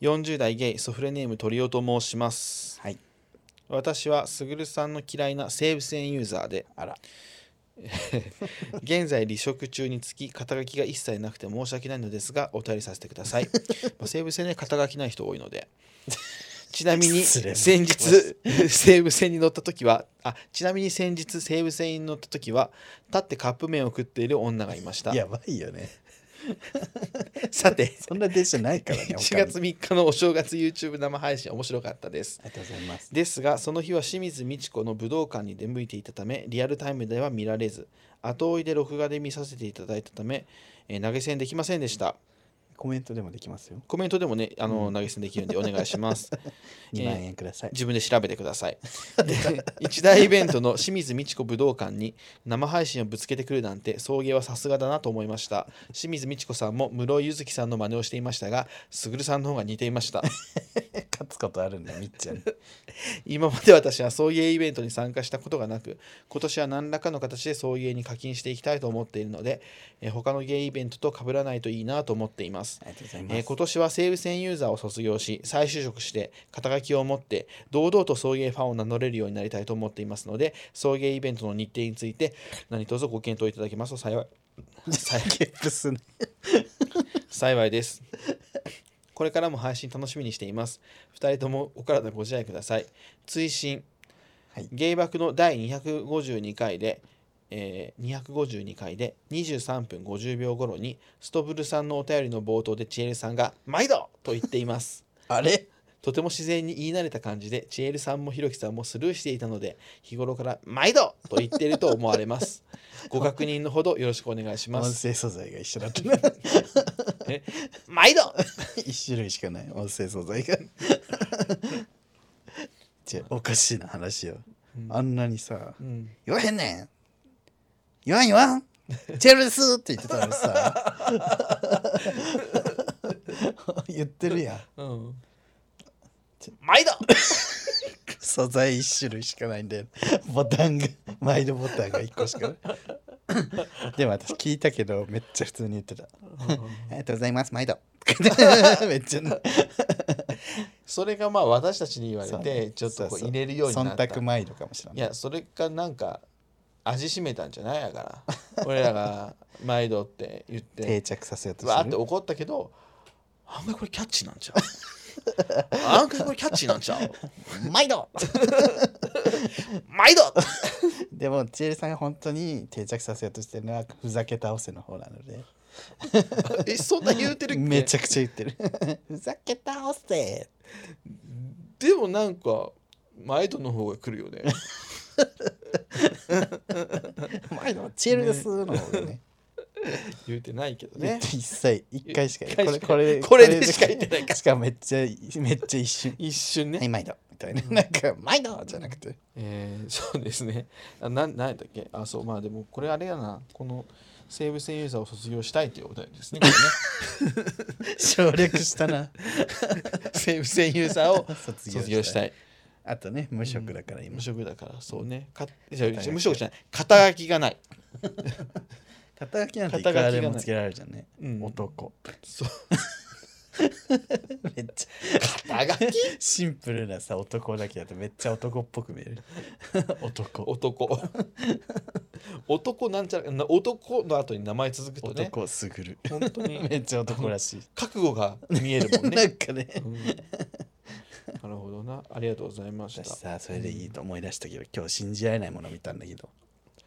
A: 40代ゲイソフレネームトリオと申します
B: はい
A: 私はすぐるさんの嫌いな西武線ユーザーで
B: あら
A: 現在離職中につき肩書きが一切なくて申し訳ないのですがお便りさせてくださ いまあ西武線ね肩書きない人多いのでちなみに
B: 失礼な
A: 先日西武線に乗った時はあちなみに先日西武線に乗った時は立ってカップ麺を食っている女がいました
B: やばいよ ね
A: さて
B: そんな電車ないから ね
A: 1
B: 他に
A: 月3日のお正月 YouTube 生配信面白かったです
B: ありがとうございます
A: ですがその日は清水美智子の武道館に出向いていたためリアルタイムでは見られず後追いで録画で見させていただいたため、えー投げ銭できませんでした
B: コメントでもできますよ
A: コメントでもねあの、投げ銭できるんでお願いしますえ
B: 2
A: ー
B: 万円ください、
A: 自分で調べてくださいで一大イベントの清水美智子武道館に生配信をぶつけてくるなんて送迎はさすがだなと思いました清水美智子さんも室井ゆずきさんの真似をしていましたがすぐるさんの方が似ていました
B: 勝つことあるんだみっちゃん
A: 今まで私は送迎イベントに参加したことがなく今年は何らかの形で送迎に課金していきたいと思っているので、えー他のゲイイベントと被らないといいなと思っています
B: ありがとうございます、
A: えー今年は西武線ユーザーを卒業し再就職して肩書きを持って堂々と送迎ファンを名乗れるようになりたいと思っていますので送迎イベントの日程について何卒ご検討いただけますと幸い
B: ゲップすね
A: 幸いですこれからも配信楽しみにしています2人ともお体ご自愛ください追伸、
B: はい
A: 芸爆の第252回で、えー252回で23分50秒頃にストブルさんのお便りの冒頭でチエルさんが「毎度!」と言っています
B: あれ
A: とても自然に言い慣れた感じでチエルさんもひろきさんもスルーしていたので日頃から「毎度!」と言っていると思われ ますご確認のほどよろしくお願いしま
B: 音
A: す
B: 声素材が一緒だったな
A: 毎度
B: 一種類しかない音声素材 がじゃあおかしいな話よ、あんなにさ
A: うん
B: 「言わへんねん言わん言わんチェルです!」って言ってたのにさ 言ってるやん
A: うん。毎度
B: 素材一種類しかないんだよボタンが毎度ボタンが一個しかないでも私聞いたけどめっちゃ普通に言ってた「ありがとうございます毎度」 めっちゃな
A: それがまあ私たちに言われ
B: そうね
A: てちょっとこ
B: そうそ
A: 入れるようになった。
B: 忖度毎度かもしれない
A: いやそれがなんか味しめたんじゃないやから俺らが「毎度」って言っ
B: 定
A: て
B: 着させようと
A: わー
B: し
A: ってて
B: る
A: 怒ったけど案外これキャッチーなんちゃう案外これキャッチーなんちゃう
B: 毎度
A: 毎度
B: でもチエルさんが本当に定着させようとしてるのはふざけ倒せの方なので
A: えそんな言うてるっけ
B: めちゃくちゃ言ってるふざけ倒せ
A: でもなんか毎度の方が来るよね
B: 毎度チエルですの方がね
A: 言うてないけど
B: ね
A: ね、
B: 一切一回しか
A: 一
B: こ
A: 回
B: れ
A: しか
B: これ
A: これでしか言ってないから
B: しかもめっちゃめっちゃ一瞬
A: 一瞬ね
B: はい毎度みたいななんか毎度じゃなくて
A: えー、そうですね。あななんやったっけあ、そう、まあでも、これあれやな、この西武線ユーザーを卒業したいというお題ですね。こ
B: 省略したな
A: れね 西武線ユーザーを
B: 卒
A: 卒業した
B: い
A: い。
B: あとね無職だから今
A: 無職だから、そうね。かじゃ
B: 肩書
A: あ
B: き
A: 無職じゃない。肩書きがない。
B: 肩書きなんて
A: 肩書
B: いく
A: きがな
B: ら
A: い
B: でもつけられるじゃんね
A: うん
B: 男
A: そう
B: めっち
A: 肩書
B: ゃ
A: き
B: シンプルなさ男だけだとめっちゃ男っぽく見 える男
A: 男。男なんちゃら、な男の後に名前続くとね、
B: 男すぐる
A: 本当に
B: めっちゃ男らしい
A: 覚悟が見えるもん
B: な
A: ね。
B: んかね
A: うんなるほどな。ありがとうございまし
B: 私
A: た。
B: さそれでいいと思い出したけど今日信じられないもの見たんだけど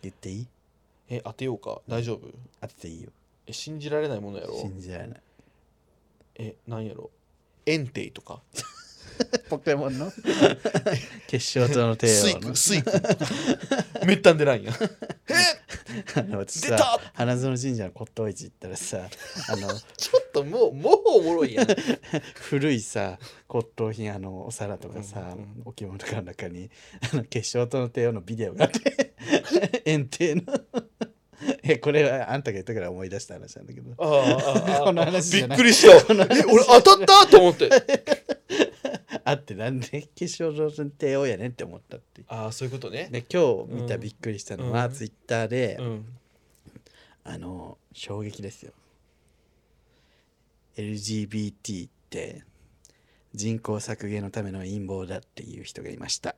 B: 言っていい
A: え、当てようか。大丈夫
B: 当てていいよ
A: え、信じられないものやろ
B: 信じられない
A: え、なんやろエンテイとか
B: ポケモンの 決勝とのテ
A: スイ
B: ーマの
A: クスイクめったんで ないんや
B: あの私
A: 出た
B: さ花園神社の骨董市行った らさあの
A: ちょっともうもうおもろい やん
B: 古いさ骨董品あのお皿とかさ
A: うんうんうん
B: 置物とかの中にあの結晶との帝王のビデオがあって 園庭の えこれはあんたが言ったから思い出した話なんだけど
A: ああああ
B: この話
A: び
B: じゃ
A: っ
B: ない
A: くりしたえ俺当たったと思って
B: あってなんで結晶との帝王やねんって思ったっていう
A: ああそういうことね
B: で今日見た
A: うん
B: びっくりしたのは、
A: うん
B: ツイッターで、
A: うん
B: あの衝撃ですよ LGBT って人口削減のための陰謀だっていう人がいました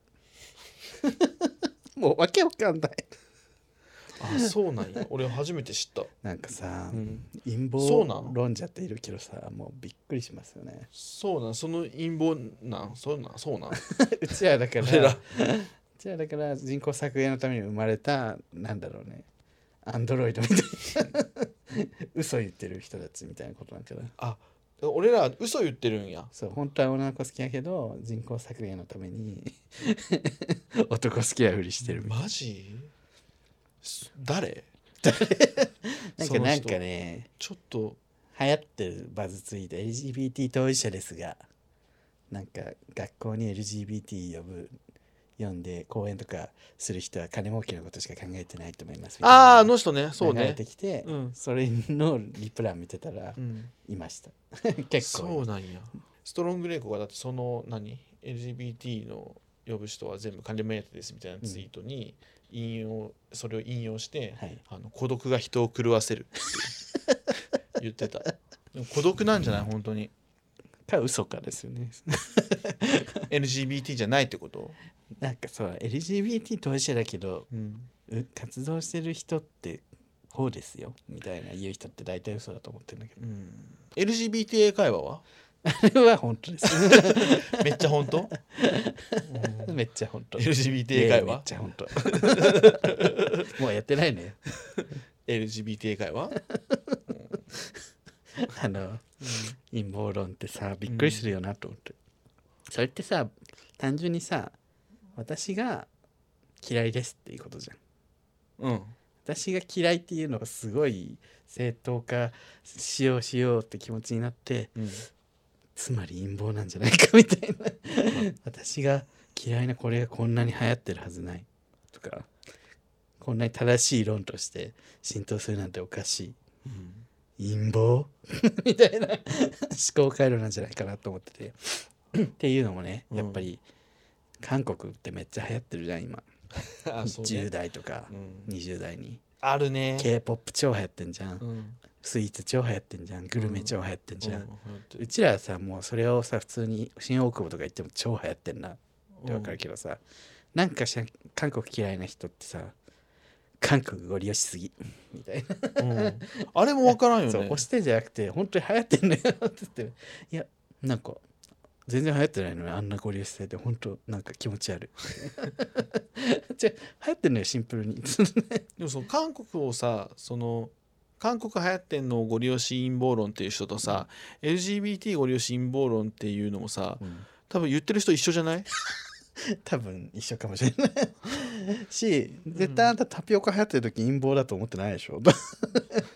B: もうわけわかんない
A: ああそうなんや俺初めて知った
B: なんかさ、
A: うん
B: 陰
A: そうなの
B: 謀論者っているけどさもうびっくりしますよね
A: そうなんその陰謀なんそうなんそうなん
B: うちらだから
A: 俺ら
B: うちらだから人口削減のために生まれたなんだろうねアンドロイドみたいな嘘言ってる人たちみたいなことなんかな
A: あ俺ら嘘言ってるんや
B: そう本当は女の子好きやけど人口削減のた めに男好きやふりしてるみたい
A: マジす誰
B: ななん
A: そ
B: か
A: の人
B: なんかね
A: ちょっと
B: 流行ってるバズツイート LGBT 当事者ですがなんか学校に LGBT 呼ぶ呼んで講演とかする人は金儲けのことしか考えてないと思いますみたいな
A: あああの人ねそう
B: 流れ
A: ね
B: てきて、
A: うん
B: それのリプラン見てたら
A: うん
B: いました 結
A: そう
B: 構
A: なんやストロングレイコがだってその何 LGBT の呼ぶ人は全部金目当てですみたいなツイートに引用それを引用して、
B: はい
A: あの孤独が人を狂わせる って言ってたでも孤独なんじゃない本当に
B: か嘘かですよね
A: LGBT じゃないってこと、
B: なんかそう LGBT 当事者だけど
A: うん、
B: う活動してる人ってこうですよみたいな言う人って大体嘘だと思ってるんだけど
A: LGBT 会話は
B: あれは本当です
A: めっちゃ本 当
B: めっちゃ本 当
A: LGBT 会
B: めっ
A: 話
B: ちゃ本当 もうやってないね
A: LGBT 会話
B: あの陰謀論ってさびっくりするよなと思って、それってさ単純にさ私が嫌いですっていうことじゃん
A: うん
B: 私が嫌いっていうのがすごい正当化しようしようって気持ちになって
A: うん
B: つまり陰謀なんじゃないかみ たいな私が嫌いなこれがこんなに流行ってるはずないとかこんなに正しい論として浸透するなんておかしい陰謀 みたいな思考回路なんじゃないかなと思ってて っていうのもね
A: うん
B: やっぱり韓国ってめっちゃ流行ってるじゃん今、
A: あそう
B: 10
A: ね
B: 代とか
A: うん
B: 20代に
A: あるね
B: k p o p 超流行ってんじゃん、
A: うん
B: スイーツ超流行ってんじゃんグルメ超流行ってんじゃん、
A: う
B: うちらはさもうそれをさ普通に新大久保とか行っても超流行ってんなってわかるけどさ、なんかしら韓国嫌いな人ってさ韓国ご利用しすぎみたいな、
A: んうんあれもわからんよ
B: そう
A: ね
B: 押してんじゃなくて本当に流行ってんのよって言っていやなんか全然流行ってないのにあんなご利用してて本当なんか気持ち 悪いじゃ流行ってんのよシンプルに
A: でもその韓国をさその韓国流行ってんのをご利用し陰謀論っていう人とさ LGBT ご利用し陰謀論っていうのもさ多分言ってる人一緒じゃない
B: 多分一緒かもしれない し絶対あんたタピオカ流行ってる時陰謀だと思ってないでしょ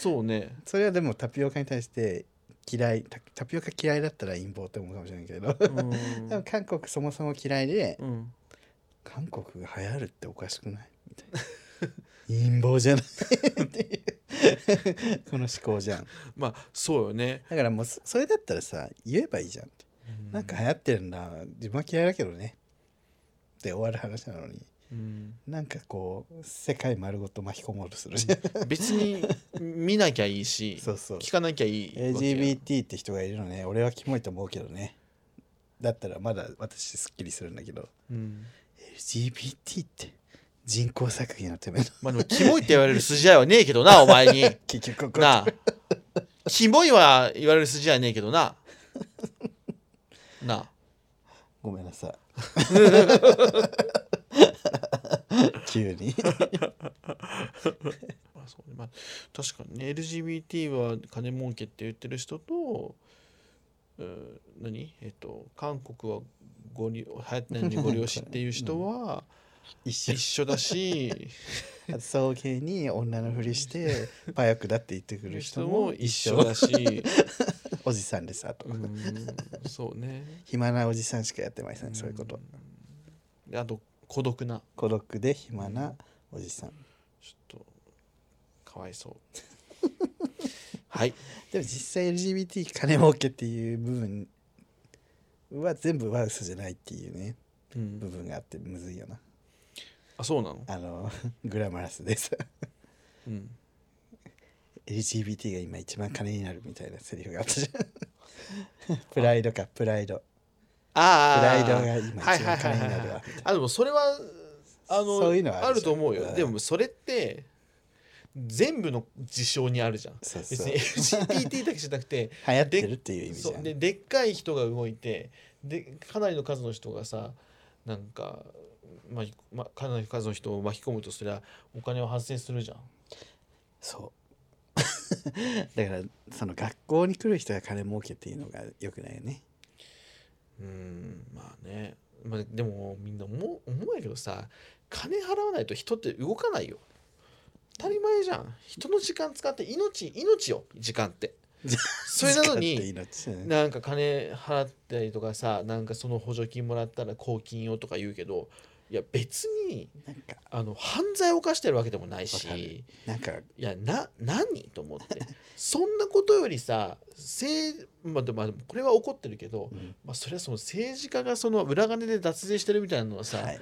A: そうね
B: それはでもタピオカに対して嫌いタタピオカ嫌いだったら陰謀って思うかもしれないけど、
A: う
B: でも
A: ん
B: 韓国そもそも嫌いで
A: うん
B: 韓国が流行るっておかしくないみたいな陰謀じゃないっていうこの思考じゃん
A: まあそうよね
B: だからもうそそれだったらさ言えばいいじゃんって、なんか流行ってるんだ自分は嫌いだけどねって終わる話なのに
A: うん
B: なんかこう世界丸ごと巻き込もうとするじゃん
A: 別に見なきゃいいし
B: そうそう
A: 聞かなきゃいいわけや
B: LGBT って人がいるのね俺はキモいと思うけどねだったらまだ私すっきりするんだけど
A: うん、
B: LGBT って人口削減のための
A: まあでもキモいって言われる筋合いはねえけどなお前に
B: 結 局ここ
A: なあキモいは言われる筋合いねえけどななあ
B: ごめんなさい急に
A: まあそうねまあ、確かにね LGBT は金儲けって言ってる人とうー何えっと韓国はごり流行ってないのにご利用しっていう人は
B: 一
A: 一
B: 緒
A: 緒だし
B: 送迎に女のふりしてパヤクだって言ってくる人
A: 人
B: も
A: も
B: 一
A: 一
B: 緒
A: 緒だし、
B: おじさんでさと
A: うーん、そうね
B: 暇なおじさんしかやってませんそういうこと
A: であと孤独な
B: 孤独で暇なおじさん
A: ちょっとかわいそうはい
B: でも実際 LGBT 金儲けっていう部分は全部は嘘じゃないっていうね
A: う
B: 部
A: ん、
B: 分があってむずいよな
A: あそうなの、
B: あのグラマラスでさ
A: うん、
B: LGBT が今一番金になるみたいなセリフがあったじ ゃんプライドかプライド
A: あ
B: プ
A: あ
B: ライドが今
A: はい
B: 一
A: はい
B: 番
A: は
B: 金
A: い
B: に
A: はい
B: な
A: は
B: るわ
A: いあでもそれはあの
B: そういうのはある
A: あると思う
B: う
A: よ
B: ん
A: でもそれって全部の事象にあるじゃん
B: そう
A: 別
B: そう
A: に LGBT だけじゃなくて
B: 流行ってるっていう意味じ
A: そ
B: ゃ
A: うんででっかい人が動いてでかなりの数の人がさなんか、まあまあ、かなりの数の人を巻き込むとすりゃお金は発生するじゃん。
B: そう だからその学校に来る人が金儲けっていうのがよくないよね
A: うんまあね、まあ、でもみんな思う思うんやけどさ金払わないと人って動かないよ当たり前じゃん人の時間使って命命よ時間 って
B: じ
A: それなのに
B: 使って命ね
A: なんか金払ったりとかさなんかその補助金もらったら公金をとか言うけどいや別に
B: なんか
A: あの犯罪を犯してるわけでもない
B: わかる
A: し
B: なんか
A: いやな何と思ってそんなことよりさせい、まあ、でもまあでもこれは怒ってるけど、
B: うん
A: まあ、それはその政治家がその裏金で脱税してるみたいなのはさ、
B: はい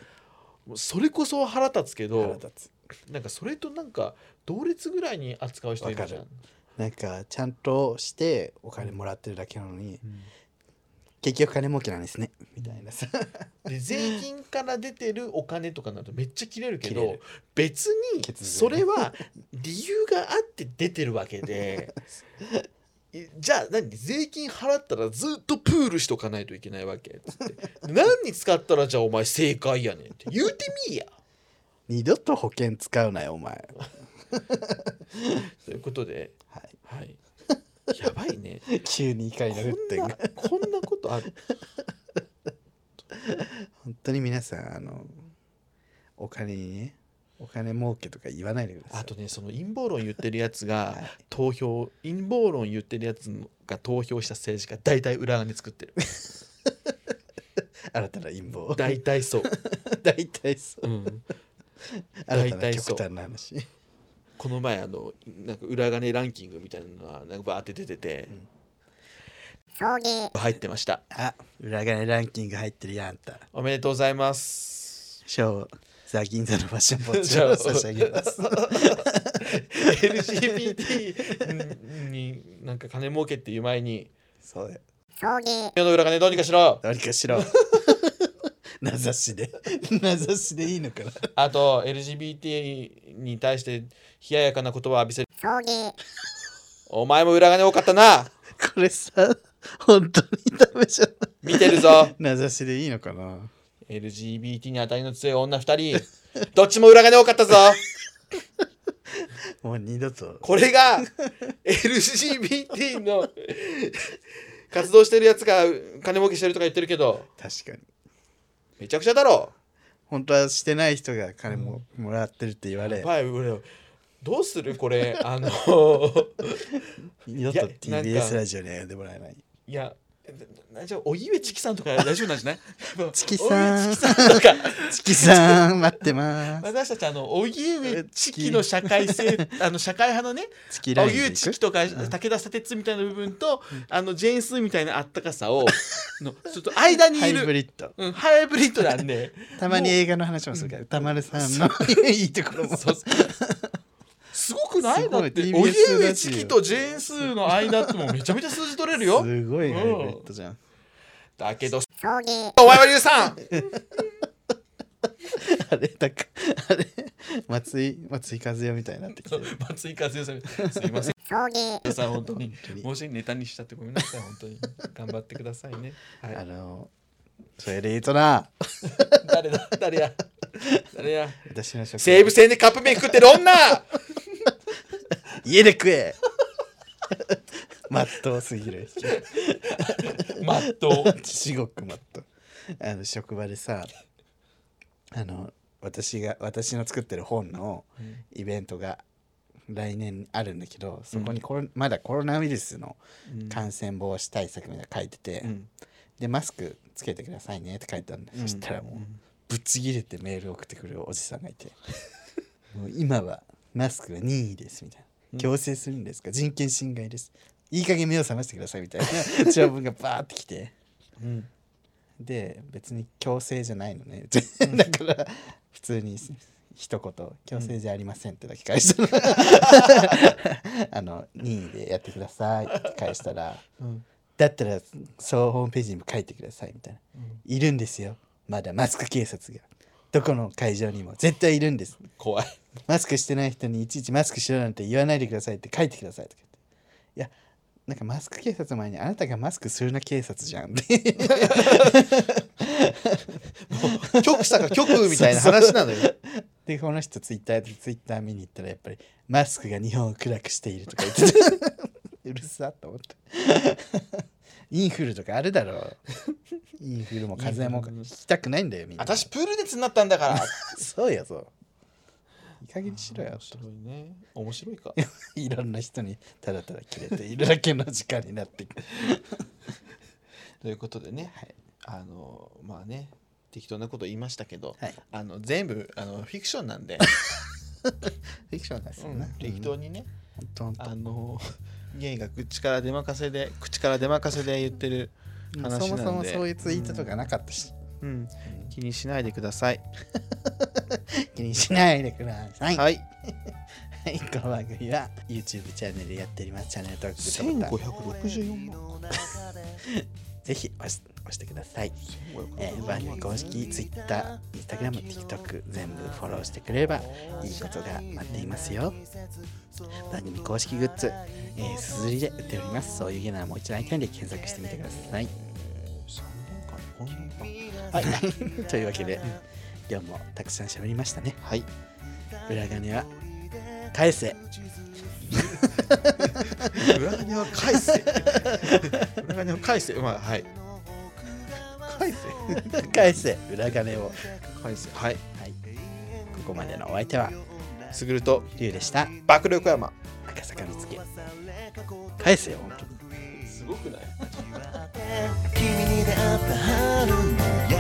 A: もうそれこそ腹立つけど
B: 腹立つ
A: なんかそれとなんか同列ぐらいに扱う人いるじゃん
B: わか。なんかちゃんとしてお金もらってるだけなのに
A: うん
B: 結局金儲けなんですねみたいなさ
A: で税金から出てるお金とかになるとめっちゃ切れるけ
B: 切れ
A: ど
B: る
A: 別に
B: 欠如
A: それは理由があって出てるわけで いじゃあ何税金払ったらずっとプールしとかないといけないわけつって何に使ったらじゃあお前正解やねんって言うてみいや
B: 二度と保険使うなよ お前
A: ということで、
B: は
A: はい、やばいね
B: い急に怒
A: こ
B: りの沸
A: ん
B: 点
A: な
B: が
A: こんなことある
B: 本当に皆さんあのお金にねお金儲けとか言わないでください
A: あとねその陰謀論言ってるやつが
B: はい
A: 投票陰謀論言ってるやつが投票した政治家大体裏金作 ってる
B: 新たな陰謀
A: 大体 そう、
B: 大体そう
A: うん、
B: 新
A: 大
B: たな
A: 体そ
B: 極
A: う
B: 端な話
A: この前あのなんか裏金ランキングみたいなのがなんかバーって出てて、入ってました
B: あ裏金ランキング入ってるやんあんた
A: おめでとうございます
B: 賞ザ・銀座のファッションポーチ
A: じゃ
B: を
A: あ
B: 差し上げます
A: LGBT になんか金儲けっていう前に
B: そうだよ
A: 世の裏金どうにかしろ
B: どうにか しろ名指しで名指しでいいのかな
A: あと LGBT に対して冷ややかな言葉を浴びせるお前も裏金多かったな
B: これさ本当にダメじゃない
A: 見てるぞ
B: 名指しでいいのかな
A: LGBT に当たりの強い女2人どっちも裏金多かったぞ
B: もう二度と
A: これが LGBT の活動してるやつが金儲けしてるとか言ってるけど
B: 確かに
A: めちゃくちゃだろ
B: 本当はしてない人が金ももらってるって言われ、
A: はい俺どうするこれあの
B: 二度
A: い
B: と
A: やなんか
B: TBS ラジオには呼んでもらえない
A: いや大丈夫おゆえちきさんとか大丈夫なんじゃない
B: チキさん
A: おゆえちきさんとか
B: チキさん待ってま す
A: 私たちあのおゆえちきの社会性あの社会派のね
B: チキライ
A: 青
B: ンで
A: 木
B: 行
A: 内
B: く
A: 樹とか武田砂鉄みたいな部分と、あのジェーン・スーみたいなあったかさ をのちょっと間に
B: ハ
A: い
B: イブ
A: る
B: リッド
A: うんハイブリッドなんで
B: たまに映画の話もするから歌丸さんのいいところも
A: そうすごくない
B: すごい
A: だって
B: TBS
A: お家上チキとジェーン・スーの間ってもうめちゃめちゃ数字取れるよ
B: すごいハイブリッドじゃん
A: だけどお前は龍さん
B: あれだかあれ松井松井和代みたいになってきてる
A: 松井和代さんすいません龍さん本当にもしネタにしちゃってごめんなさい本当に頑張ってくださいね、は
B: あ
A: い、
B: のそれでいいとな
A: 誰だ 誰や誰 や
B: 私の職
A: 西武線で カップ麺食ってる女
B: 家で食えまっとうすぎる
A: まっとう
B: 至極まっとうあの職場でさあの私が私の作ってる本のイベントが来年あるんだけどそこにコロ、まだコロナウイルスの
A: うん
B: 感染防止対策みたいなの書いてて、
A: うん
B: でマスクつけてくださいねって書いてあるんだ、そしたらもう、
A: ん
B: ぶっちぎれてメール送ってくるおじさんがいて もう今はマスクは任意ですみたい
A: うん
B: な強制するんですか人権侵害ですいい加減目を覚ましてくださいみたいな 条文がバーってきて
A: うん
B: で別に強制じゃないのね だから普通に一言「強制じゃありません」ってだけ 返したのあの任意でやってくださいって返したら
A: うん
B: だったらそうホームページにも書いてくださいみたいな
A: うん
B: いるんですよまだマスク警察がどこの会場にも絶対いるんです
A: 怖い
B: マスクしてない人にいちいちマスクしろなんて言わないでくださいって書いてくださいとか言っていやなんかマスク警察の前にあなたがマスクするな警察じゃんって
A: 極左か極右みたいな話なの よ
B: でこの人ツイッターでツイッター見に行ったらやっぱりマスクが日本を暗くしているとか言ってた うるさと思ってインフルとかあるだろうインフルも風邪も
A: インフル
B: 聞きたくないんだよみんな
A: 私プール熱になったんだから
B: そうやそういい加減にしろよ
A: 面白いね面白いか
B: いろんな人にただただ切れているだけの時間になってくる。
A: ということでね、
B: はい
A: あのまあね適当なこと言いましたけど、
B: はい
A: あの全部あのフィクションなん で、
B: フィクションなんですよ
A: うん
B: ね。
A: 適当にね、
B: トン
A: あの芸が口から出任せで口から出任せで言ってる、話なんで
B: そもそもそういうツイートとかなかったし、
A: うん、気にしないでください。
B: 気にしないでください。はい、
A: はい、
B: この番組は YouTube チャンネルでやっております。チャンネル登録グッドボタン
A: 1564万
B: ぜひ押し押してください。えー番組公式 Twitter、Instagram、TikTok 全部フォローしてくれればいいことが待っていますよ。番組公式グッズ、えー、すずりで売っております。そういうゲナーも一覧一覧で検索してみてください。はい、 というわけで、今日もたくさん喋りましたね。
A: はい、
B: 裏金は返せ。
A: 裏金は返せ。 裏金を返せ、まあはい。返せ。
B: 返せ。裏金を。は
A: 返せ。はい。
B: い。ここまでのお相手は、
A: すぐると
B: リュウでした。
A: 爆力山。
B: 赤坂見つけ。返せよ、本当に。
A: すごくない。
C: 君に出会った春の夜